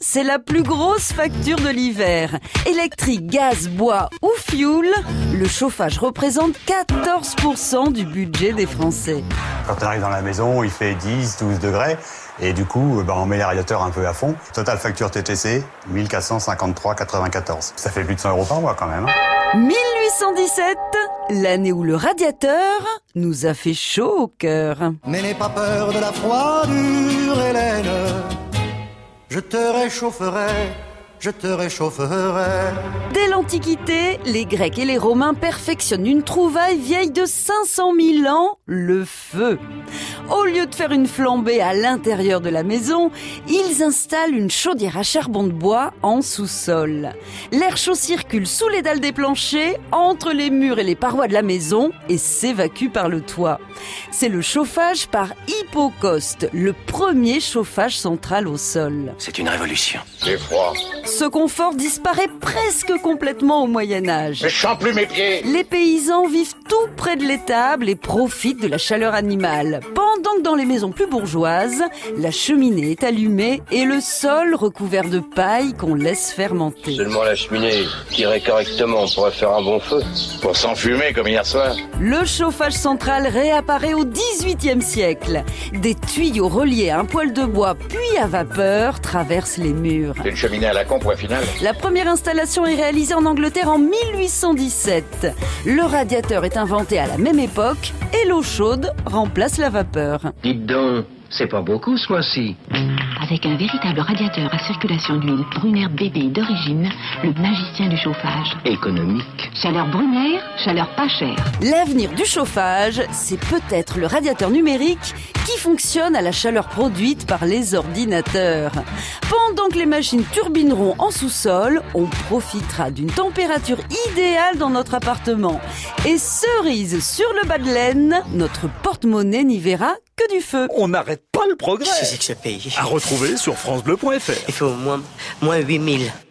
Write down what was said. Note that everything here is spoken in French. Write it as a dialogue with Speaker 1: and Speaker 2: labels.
Speaker 1: c'est la plus grosse facture de l'hiver. Électrique, gaz, bois ou fuel, le chauffage représente 14% du budget des Français.
Speaker 2: Quand on arrive dans la maison, il fait 10, 12 degrés. Et du coup, ben, on met les radiateurs un peu à fond. Total facture TTC, 1453,94. Ça fait plus de 100 euros par mois quand même. hein.
Speaker 1: 1817, l'année où le radiateur nous a fait chaud au cœur.
Speaker 3: Mais n'aie pas peur de la froidure, Hélène. Je te réchaufferai, je te réchaufferai.
Speaker 1: Dès l'Antiquité, les Grecs et les Romains perfectionnent une trouvaille vieille de 500 000 ans, le feu. Au lieu de faire une flambée à l'intérieur de la maison, ils installent une chaudière à charbon de bois en sous-sol. L'air chaud circule sous les dalles des planchers, entre les murs et les parois de la maison et s'évacue par le toit. C'est le chauffage par hypocauste, le premier chauffage central au sol.
Speaker 4: C'est une révolution.
Speaker 5: J'ai froid.
Speaker 1: Ce confort disparaît presque complètement au Moyen Âge.
Speaker 5: Je sens plus mes pieds.
Speaker 1: Les paysans vivent tout près de l'étable et profitent de la chaleur animale. Pendant que dans les maisons plus bourgeoises, la cheminée est allumée et le sol recouvert de paille qu'on laisse fermenter.
Speaker 6: Seulement la cheminée tirée correctement, on pourrait faire un bon feu.
Speaker 5: Pour s'enfumer comme hier soir.
Speaker 1: Le chauffage central réapparaît au XVIIIe siècle. Des tuyaux reliés à un poêle de bois puis à vapeur traversent les murs.
Speaker 5: C'est une cheminée à la con, point final.
Speaker 1: La première installation est réalisée en Angleterre en 1817. Le radiateur est inventé à la même époque et l'eau chaude remplace la vapeur.
Speaker 7: Dites donc, c'est pas beaucoup ce mois-ci.
Speaker 8: Avec un véritable radiateur à circulation d'huile Brunner BB d'origine, le magicien du chauffage.
Speaker 7: Économique.
Speaker 8: Chaleur Brunner, chaleur pas chère.
Speaker 1: L'avenir du chauffage, c'est peut-être le radiateur numérique qui fonctionne à la chaleur produite par les ordinateurs. Pendant que les machines turbineront en sous-sol, on profitera d'une température idéale dans notre appartement. Et cerise sur le bas de laine, notre porte-monnaie n'y verra que du feu.
Speaker 9: On n'arrête pas le progrès.
Speaker 10: C'est que ce pays.
Speaker 9: À retrouver sur francebleu.fr.
Speaker 10: Il faut au moins, moins 8000.